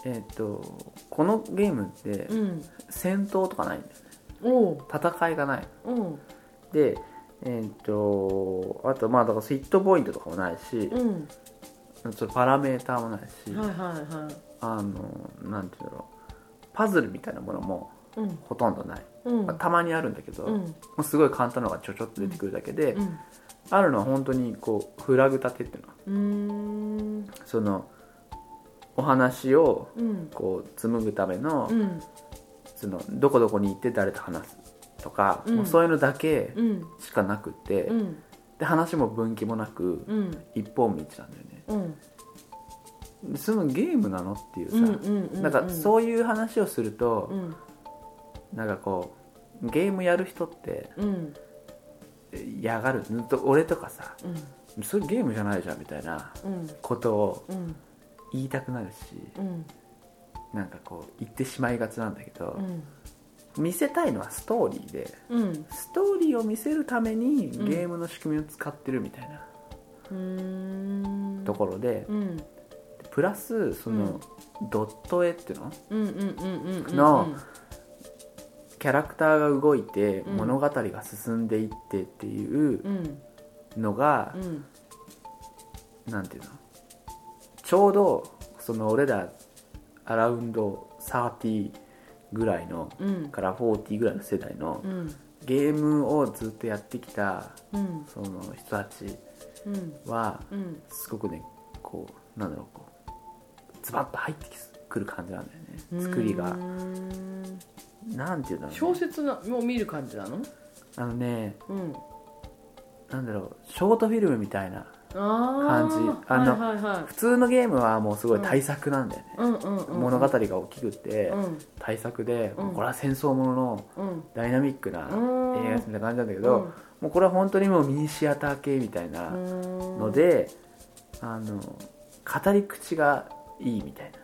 C: えっ、とこのゲームって
D: うんうん
C: 戦闘とかないんだよね
D: おう
C: 戦いがない
D: うん
C: でえっ、とあとまあだからヒットポイントとかもないし
D: う、ん
C: そのパラメーターもないし、
D: はいはいはい
C: あのなんていうんだろうパズルみたいなものも
D: うん
C: ほとんどない、
D: うん
C: まあたまにあるんだけど、
D: う
C: も
D: ん
C: うすごい簡単なのがちょちょっと出てくるだけで、
D: うん
C: あるのは本当にこうフラグ立てっていうの
D: うーん
C: そのお話を
D: うん
C: こう紡ぐための,、
D: うん
C: そのどこどこに行って誰と話すとか、
D: うん
C: もうそういうのだけ
D: うん
C: しかなくって、
D: うん
C: で話も分岐もなく、
D: うん
C: 一本道なんだよね
D: うん
C: でそのゲームなのっていうさ、
D: うんうんうん
C: なんかそういう話をすると、
D: うん
C: なんかこうゲームやる人って
D: うん
C: 嫌がるずっと俺とかさ
D: うん
C: それゲームじゃないじゃんみたいな
D: うん
C: ことを
D: うん
C: 言いたくなるし
D: うん
C: なんかこう言ってしまいがちなんだけど
D: う、ん
C: 見せたいのはストーリーで
D: うん
C: ストーリーを見せるためにゲームの仕組みを使ってるみたいな
D: うーん
C: ところで、
D: うん
C: プラスその、ドット絵っていうの
D: うんうんうんうんうん
C: のキャラクターが動いて
D: うん
C: 物語が進んでいってっていう
D: うん
C: のが
D: う、ん
C: なんていうのちょうどその俺らアラウンド30ぐらいの
D: うん
C: から40ぐらいの世代の
D: うん
C: ゲームをずっとやってきた
D: うん
C: その人たち
D: うん
C: は
D: うん
C: すごくねこうなんだろうこうズバッと入ってくる感じなんだよね作り
D: う
C: が
D: ーん
C: なんていうんだろうね、
D: 小説なも見る感じなの
C: あのね
D: うん
C: なんだろうショートフィルムみたいな
D: あー
C: 感じあの
D: はいはいはい
C: 普通のゲームはもうすごい大作なんだよね、
D: うんうんうんうん
C: 物語が大きくて
D: うん
C: 大作で、
D: うん
C: これは戦争ものの
D: うん
C: ダイナミックな
D: うん
C: 映画みたいな感じなんだけ
D: う
C: ど、
D: ん
C: もうこれは本当にもうミニシアター系みたいなの
D: の
C: で、あの語り口がいいみたいな、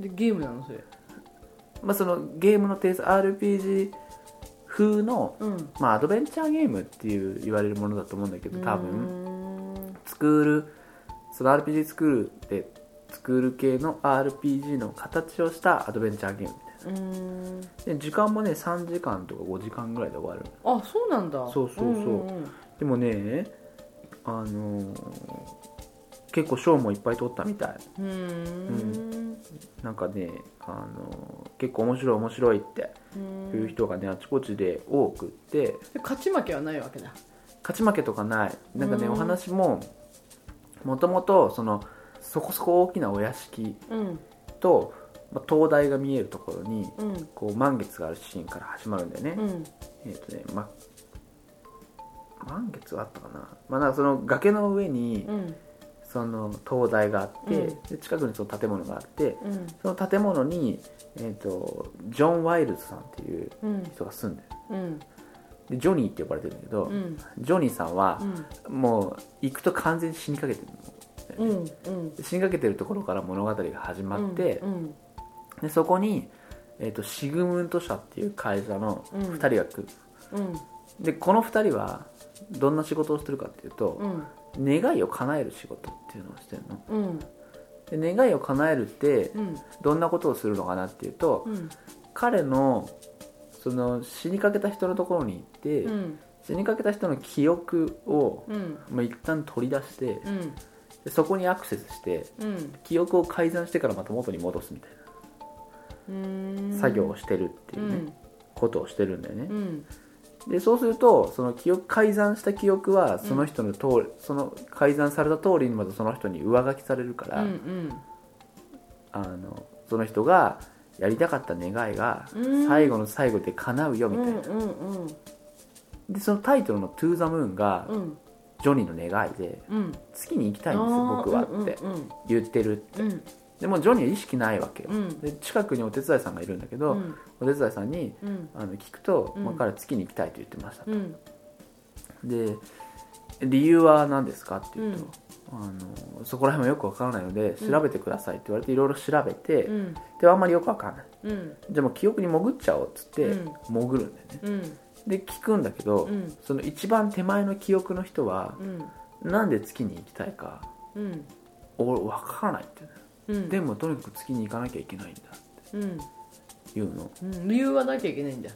D: でゲームなのそれ
C: まあ、そのゲームのテイスト RPG 風の、
D: うん
C: まあ、アドベンチャーゲームっていう言われるものだと思うんだけど多分、
D: 分
C: スクールその RPG スクールでスクール系の RPG の形をしたアドベンチャーゲームみたいな
D: うーん
C: で時間もね3時間とか5時間ぐらいで終わる
D: あそうなんだ
C: そうそうそうん
D: んん
C: でもねあのー結構賞もいっぱい取ったみたいう
D: ーん
C: なんかね、あのー結構面白い面白いっていう人がねあちこちで多くって
D: で勝ち負けはないわけだ
C: 勝ち負けとかないなんかね
D: うん
C: お話ももともとそのそこそこ大きなお屋敷
D: うん
C: と、まあ灯台が見えるところに
D: うん
C: こう満月があるシーンから始まるんだよね、
D: うん
C: えっ、とね、ま、満月はあったかな,、まあ、なんかその崖の上に
D: うん
C: その灯台があって、
D: うん
C: で近くにその建物があって
D: うん
C: その建物に、えー、とジョン・ワイルズさんっていう
D: うん
C: 人が住んでる
D: うん
C: でジョニーって呼ばれてるんだけど、
D: うん
C: ジョニーさんは
D: う、ん
C: もう行くと完全に死にかけてる
D: う
C: の、
D: んうん
C: で死にかけてるところから物語が始まって、
D: うん
C: でそこに、えー、とシグムント社っていう会社の2人が来る、
D: うん
C: でこの2人はどんな仕事をしてるかっていうと、
D: うん
C: 願いを叶える仕事っていうのをしてる
D: うん
C: ので願いを叶えるって
D: うん
C: どんなことをするのかなっていうと、
D: うん
C: 彼のその死にかけた人のところに行って、
D: うん
C: 死にかけた人の記憶を、
D: うん
C: まあ、一旦取り出して
D: うん
C: でそこにアクセスして
D: うん
C: 記憶を改ざんしてからまた元に戻すみたいう
D: ーん
C: な作業をしてるっていううね、
D: ん
C: ことをしてるんだよね
D: う、ん
C: でそうするとその記憶改ざんした記憶はその人の通り、その改ざんされた通りにまたその人に上書きされるか
D: う
C: ら、
D: ん
C: あのその人がやりたかった願いが
D: うん
C: 最後の最後で叶うよ
D: うん
C: みたいな、
D: うんうん
C: でそのタイトルの「To the Moon」が
D: うん
C: ジョニーの願いで
D: うん
C: 「月に行きたいんです僕は」って
D: うん
C: 言ってる
D: うん
C: でもジョニーは意識ないわけよ、
D: うん
C: で近くにお手伝いさんがいるんだけど、
D: うん
C: お手伝いさんに
D: うん
C: あの聞くと、
D: うん
C: まあ彼は月に行きたいと言ってましたと、
D: うん
C: で理由は何ですかっていうと、
D: うん
C: あのそこら辺はよくわからないので調べてくださいって言われていろいろ調べて、
D: うん
C: でもあんまりよくわからない
D: うん
C: じゃあもう記憶に潜っちゃおうっつって
D: うん
C: 潜るんだよね、
D: うん
C: で聞くんだけど、
D: うん
C: その一番手前の記憶の人は
D: う、ん
C: なんで月に行きたいか
D: うん
C: 俺分からないって、
D: うん
C: でもとにかく月に行かなきゃいけないんだっ
D: うん
C: ていうの
D: うん理由はなきゃいけないんだ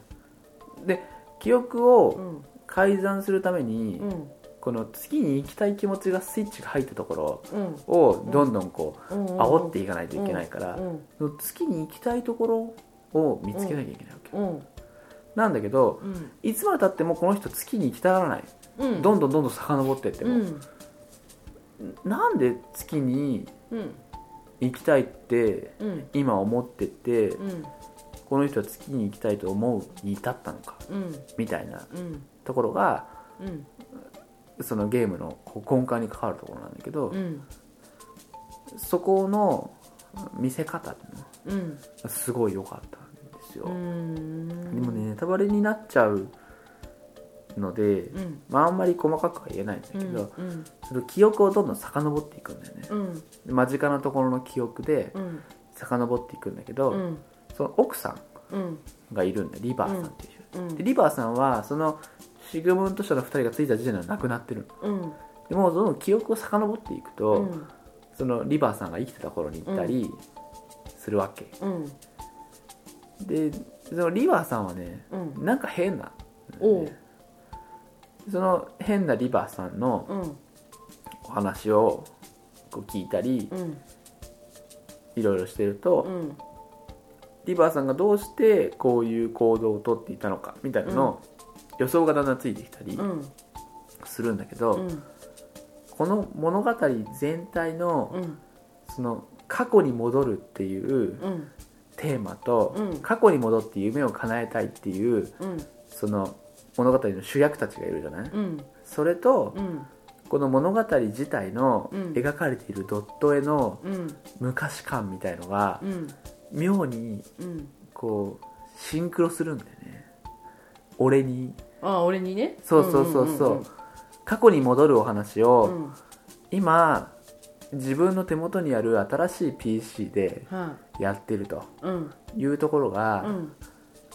C: で記憶
D: う
C: を
D: ん
C: 改ざんするために、
D: うん
C: この月に行きたい気持ちがスイッチが入ったところ
D: うん
C: をどんどんこう、
D: うん
C: 煽っていかないといけないから、
D: うん
C: その月に行きたいところを見つけなきゃいけないわけ、
D: うん
C: なんだけど
D: うん
C: いつまでたってもこの人月に行きたがらない、
D: うん
C: どんどんどんどん遡っていって
D: う
C: も、
D: ん
C: なんで月に
D: うん
C: 行きたいって
D: うん
C: 今思ってて、
D: うん
C: この人は月に行きたいと思うに至ったのか
D: うん
C: みたいな
D: うん
C: ところが
D: うん
C: そのゲームの根幹に関わるところなんだけど、
D: うん
C: そこの見せ方っていうの
D: うん
C: はすごい良かったんですよ、
D: うん
C: でもねネタバレになっちゃうので、
D: うん
C: まあ、あんまり細かくは言えないんだけど、
D: うん
C: その記憶をどんどん遡っていくんだよね、
D: うん
C: 間近なところの記憶で
D: うん
C: 遡っていくんだけど、
D: うん
C: その奥さん
D: うん
C: がいるんだよリバーさんっていう人、
D: うん
C: でリバーさんはそのシグムント社の2人がついた時点ではなくなってる
D: うん
C: でもうどんどん記憶を遡っていくと、
D: うん
C: そのリバーさんが生きてた頃に行ったりするわけ、
D: うん
C: でそのリバーさんはね
D: うん
C: なんか変な、
D: おう
C: その変なリバーさんの
D: うん
C: お話をこう聞いたり
D: うん
C: いろいろしてると、
D: うん
C: リバーさんがどうしてこういう行動をとっていたのかみたいなのを予想がだんだんついてきたり
D: うん
C: するんだけど、
D: うん
C: この物語全体の、
D: うん
C: その過去に戻るっていう
D: うん
C: テーマと、
D: うん
C: 過去に戻って夢を叶えたいっていう
D: うん
C: その物語の主役たちがいるじゃない、
D: うん
C: それと、
D: うん
C: この物語自体の
D: うん
C: 描かれているドット絵の
D: うん
C: 昔感みたいのが
D: うん
C: 妙に
D: うん
C: こうシンクロするんだよね俺に
D: ああ俺にね
C: そうそうそうそう,、過去に戻るお話
D: う
C: を、
D: んうんうんうん
C: 今自分の手元にある新しい PC で
D: は
C: やってると
D: いうん
C: いうところが、
D: うん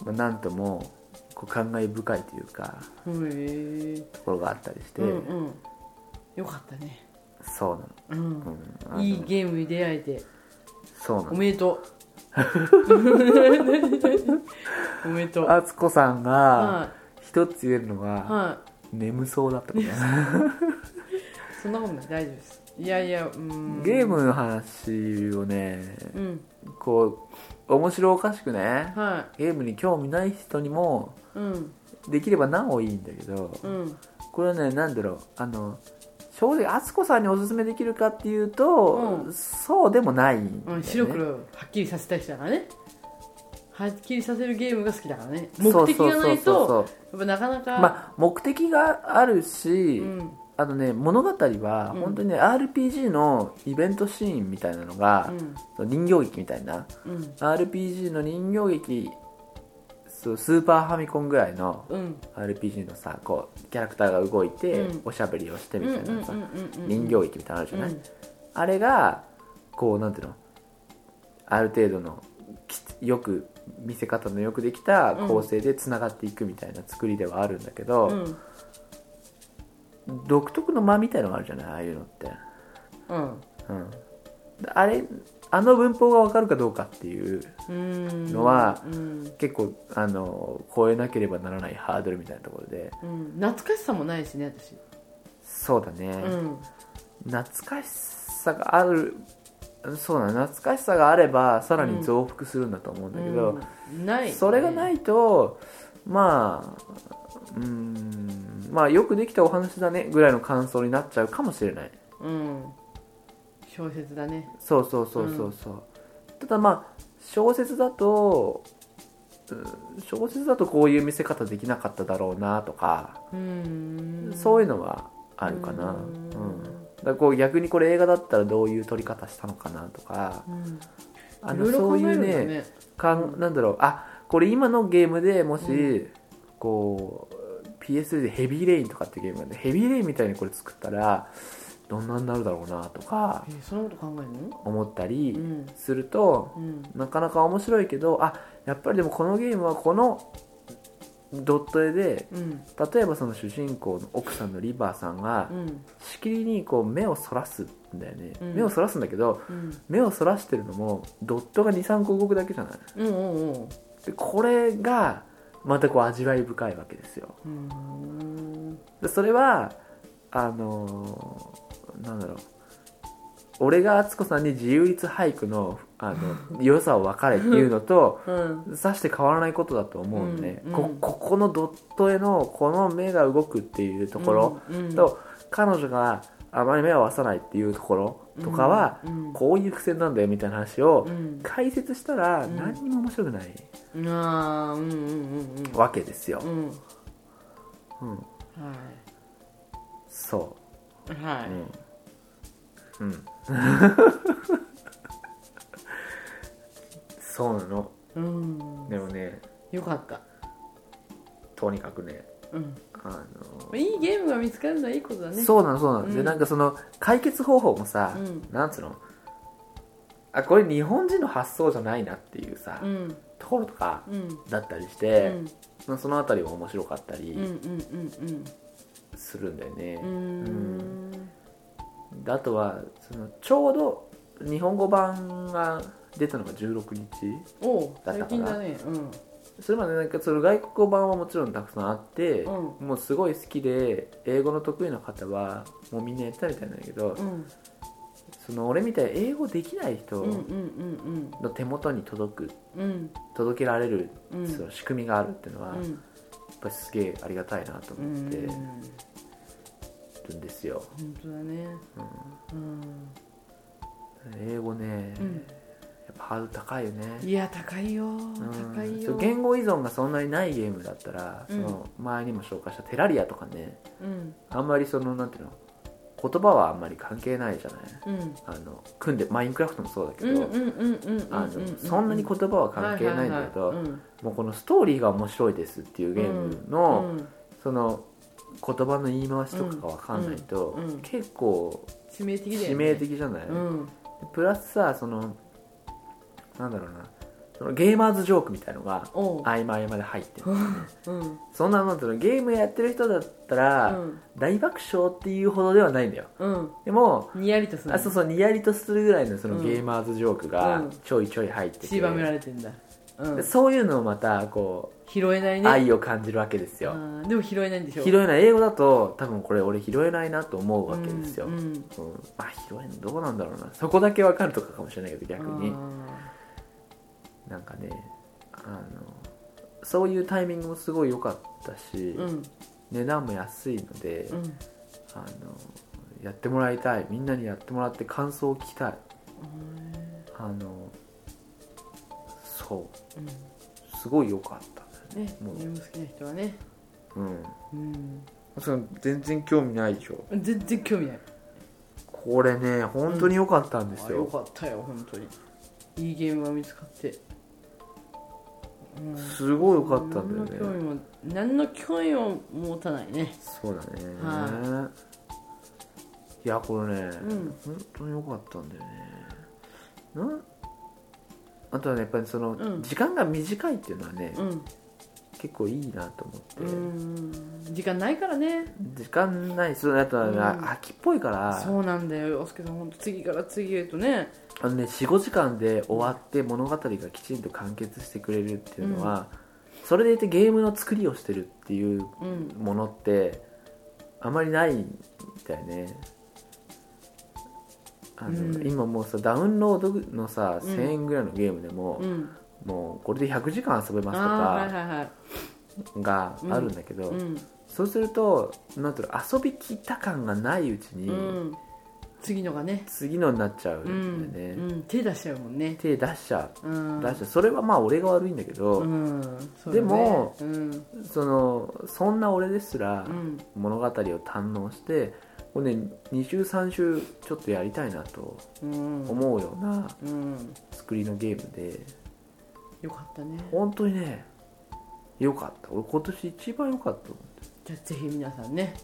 C: まあなんともこう感慨深いというか
D: へえ
C: ところがあったりして、
D: うんうんよかったね
C: そうなの
D: う
C: うんん、
D: いいゲームに出会えて
C: そうな
D: お
C: の
D: めでとおめでとうは
C: 敦子さんが一つ言えるの
D: い
C: が
D: は
C: 眠そうだったことね
D: いそんなことない大丈夫ですいやいやうーん
C: ゲームの話をね
D: うん
C: こう面白おかしくね
D: は
C: ゲームに興味ない人にも
D: いうん
C: できればなおいいんだけど
D: うん
C: これはね何だろうあの正直敦子さんにおすすめできるかっていうと、
D: うん
C: そうでもないんだ
D: う
C: よね
D: ん、白黒はっきりさせたい人だからねはっきりさせるゲームが好きだからね目
C: そう
D: 的
C: そう
D: が
C: そうそう
D: ないとやっぱなかなか、
C: まあ、目的があるし、
D: うん
C: あのね物語は
D: うん
C: 本当にね、RPG のイベントシーンみたいなのが
D: う、ん
C: その人形劇みたいな
D: うん
C: RPG の人形劇そうスーパーファミコンぐらいの
D: うん
C: RPG のさこうキャラクターが動いて、
D: うん
C: おしゃべりをしてみ
D: うん
C: たいなさ、
D: うんうんうんうん
C: 人形劇みたいなのあるじゃない、
D: うん
C: あれがこうなんていうのある程度のきつよく見せ方のよくできた構成でつながっていくみたいな作りではあるんだけど、
D: うん
C: 独特の間みたいのがあるじゃないああいうのって、
D: うん
C: うん、あれあの文法が分かるかどうかっていう
D: うん
C: のは
D: うん
C: 結構あの超えなければならないハードルみたいなところで
D: うん、懐かしさもないしね私、
C: そうだね、
D: うん
C: 懐かしさがあるそうだね懐かしさがあればさらに増幅するんだと思うんだけど、
D: うんない
C: それがないとまあうーんまあよくできたお話だねぐらいの感想になっちゃうかもしれない
D: うん小説だね
C: そうそうそうそうそう、ただまあ小説だとうん小説だとこういう見せ方できなかっただろうなとか、
D: うん
C: そういう
D: の
C: のはあるかな、
D: う
C: うんんだからこう逆にこれ映画だったらどういう撮り方したのかなとか
D: うん
C: あ
D: い
C: の
D: ろいろ
C: そ
D: 考
C: う
D: え
C: い
D: る
C: うん
D: だよ
C: ね
D: ね
C: かんなんだろうあこれ今のゲームでもし、
D: う
C: こう PS でヘビーレインとかってゲームなんでヘビーレインみたいにこれ作ったらどんなになるだろうなとか
D: えーそんなこと考えるの
C: 思った
D: う
C: り
D: ん
C: すると、
D: うん
C: なかなか面白いけどあやっぱりでもこのゲームはこのドット絵で
D: うん
C: 例えばその主人公の奥さんのリバーさんが
D: うん
C: しきりにこう目をそらすんだよね、
D: うん
C: 目をそらすんだけど
D: うん
C: 目をそらしてるのもドットが23個動くだけじゃない
D: うんうんうん
C: でこれがまたこう味わい深いわけですよ
D: うん
C: でそれはあのーなんだろう俺が敦子さんに自由律俳句のあ の良さを分かれっていうのと
D: うん
C: さして変わらないことだと思うんで、ね
D: うんう
C: こ
D: ん
C: ここのドット絵のこの目が動くっていうところと、彼女があまり目を合わさないっていうところとかは、
D: うん
C: こういう伏線なんだよみたいな話を
D: うん
C: 解説したら
D: うん
C: 何にも面白くない
D: うんああうんうんうんうん
C: わけですよ、
D: うん
C: うん、
D: は
C: そ
D: いは
C: う、う
D: い
C: んうん、 そうなの
D: うん
C: でもね
D: よかった、
C: とにかくね
D: うん、
C: あ
D: いいゲームが見つかるのはいいことだ
C: の、
D: ね
C: そうなのそうなの、
D: うん
C: でなんかその解決方法もさ、
D: うん
C: なんつうのあこれ日本人の発想じゃないなっていうさ、
D: うん
C: ところとか
D: うん
C: だったりし
D: う
C: て、
D: ん
C: まあそのあたりも面白かった
D: うんう
C: り
D: ん
C: するんだよね、
D: うんうんう
C: であとはそのちょうど日本語版が出たのが16日
D: ーんおう
C: だったかな
D: 最近だねうん
C: それまでなんかその外国語版はもちろんたくさんあって、
D: う
C: もうすごい好きで英語の得意な方はもうみんなやってたみたいなんだけど、
D: うん
C: その俺みたいに英語できない人
D: うんうん
C: の手元に届く
D: うんうん
C: 届けられる、
D: うんうん
C: その仕組みがあるっていうのは、
D: う
C: やっ
D: ん
C: ぱりすげえありがたいなと
D: う
C: 思って
D: ん
C: るんですよ、
D: 本当だねうん
C: 英語ね、
D: うん
C: やっぱハードル高いよね
D: いや高いよ
C: うん
D: 高い
C: そ
D: よ
C: う言語依存がそんなにないゲームだったら、
D: う
C: そ
D: ん
C: の前にも紹介したテラリアとかね
D: うん
C: あんまりそのなんていうの言葉はあんまり関係ないじゃない
D: うん
C: あの組んでマインクラフトもそうだけ
D: う
C: ど、
D: んうんうんうんうん
C: あのそんなに言葉は関係ないんだけど、
D: はいはいはい
C: もうこのストーリーが面白いですっていうゲーム
D: うん
C: の、
D: うん
C: その言葉の言い回しとかが分かんないと、
D: うんうん
C: 結構
D: 致命的だよね
C: 致命的じゃない、
D: うん
C: プラスさそのなんだろうなそのゲーマーズジョークみたいのが
D: おう
C: 合間合間で入ってる
D: うん
C: そんななんていうのゲームやってる人だった
D: う
C: ら、
D: ん
C: 大爆笑っていうほどではないんだよ
D: うん
C: でも
D: にやりとする
C: あそうそうにやりとするぐらいのその
D: うん
C: ゲーマーズジョークが
D: うん
C: ちょいちょい入ってて、
D: ばめられてんだ、うん
C: で、そういうのをまたこ、
D: 拾えないうね
C: 愛を感じるわけです
D: あ
C: よ
D: ーでも拾えないんでしょ
C: 拾えない英語だと多分これ俺拾えないなと思うわけですよ、
D: う
C: うんん
D: うん
C: まあ拾えんどうなんだろうなそこだけわかるとかかもしれないけど逆に
D: あ
C: なんかねあのそういうタイミングもすごい良かったし、
D: ーうん
C: 値段も安いので、
D: うん
C: あのやってもらいたいみんなにやってもらって感想を聞きたいあのそう
D: うん
C: すごい良かった
D: ね
C: もう
D: ゲーム好きな人はね、
C: うん
D: うん、
C: その全然興味ないでしょ
D: 全然興味ない
C: これね本当に良かったんです
D: あよ
C: よ、
D: かったよ本当にいいゲームが見つかって、うん、
C: すごい良かったんだよね
D: 何の興味も何の興味も持たないね
C: そうだね、、
D: はい
C: やこれね、
D: うん
C: 本当に良かったんだよねなんあとはねやっぱりその、
D: うん
C: 時間が短いっていうのはね、
D: うん、
C: 結構いいなと思って、
D: うん、時間ないからね
C: 時間ないそうあとはね、
D: うん
C: 秋っぽいから
D: そうなんだよおすけさん本当次から次へとね
C: あのね45時間で終わって物語がきちんと完結してくれるっていうのは、それでいてゲームの作りをしてるっていう
D: うん
C: ものってあまりないんだよねあの、
D: うん
C: 今もうさダウンロードのさ
D: うん
C: 1000円ぐらいのゲームでも、
D: うん
C: もうこれで100時間遊べますと
D: ああー
C: か
D: はいはいはい
C: があるんだけど、
D: うん
C: そうするとなんていうの遊びきった感がないうちに、
D: うん、次のがね
C: 次のになっちゃうん
D: う
C: だよ
D: ん、
C: ね、
D: うん、手出しちゃうもんね
C: 手出しちゃう
D: うん
C: 出したそれはまあ俺が悪いんだけど、
D: うんそう
C: で
D: だね
C: も
D: うん
C: そのそんな俺ですら
D: うん
C: 物語を堪能して、これね2週3週ちょっとやりたいなと
D: うん
C: 思うような
D: うん
C: 作りのゲームで
D: よかったね
C: 本当にね良かった俺今年一番良かったと思う
D: じゃあぜひ皆さんね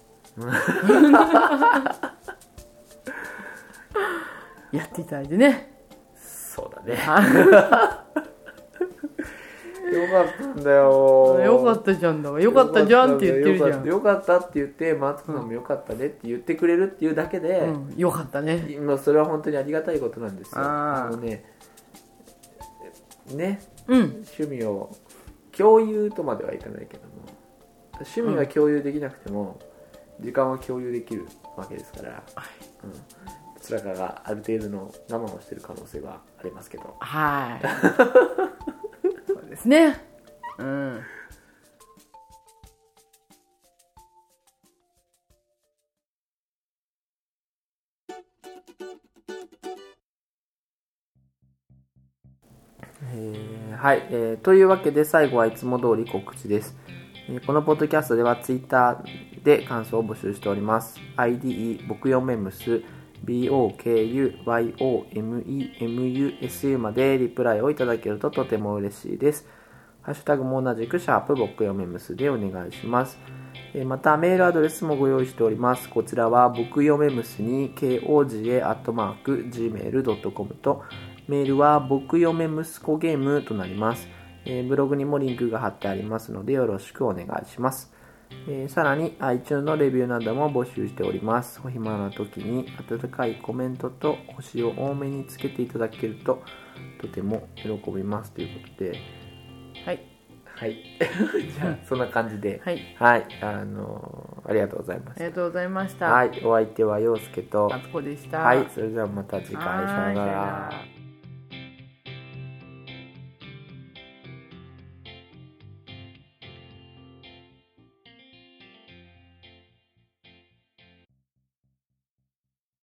D: やっていただいてね
C: そうだね よかったんだよ
D: よかったじゃんだわよかったじゃんって言ってるじゃん
C: よかったよかったって言ってマツコさんもよかったねって言ってくれるっていうだけで、
D: うん、よかったね
C: もうそれは本当にありがたいことなんですよ
D: あー
C: あのねね
D: うん
C: 趣味を共有とまではいかないけども趣味は共有できなくても、時間は共有できるわけですから、うん、どちらかがある程度の我慢をしてる可能性はありますけど
D: はいそうですねうん
C: えーはい、えーというわけで最後はいつも通り告知です、えーこのポッドキャストではツイッターで感想を募集しております IDE 僕よめむす BOKUYOMEMUSU までリプライをいただけるととても嬉しいですハッシュタグも同じくシャープ僕よめむすでお願いしますえーまたメールアドレスもご用意しておりますこちらは僕よめむすに koga.gmail.com とメールは僕よめ息子ゲームとなります、えーブログにもリンクが貼ってありますのでよろしくお願いします、えーさらに iTunes のレビューなども募集しておりますお暇な時に温かいコメントと星を多めにつけていただけるととても喜びますということで
D: はい
C: はい じゃあそんな感じで
D: はい
C: はい、あのーありがとうございま
D: あ
C: し
D: りがとうございました
C: た。はい、お相手は陽介と。
D: あつこでした
C: はい、それではまた次回、さようなら。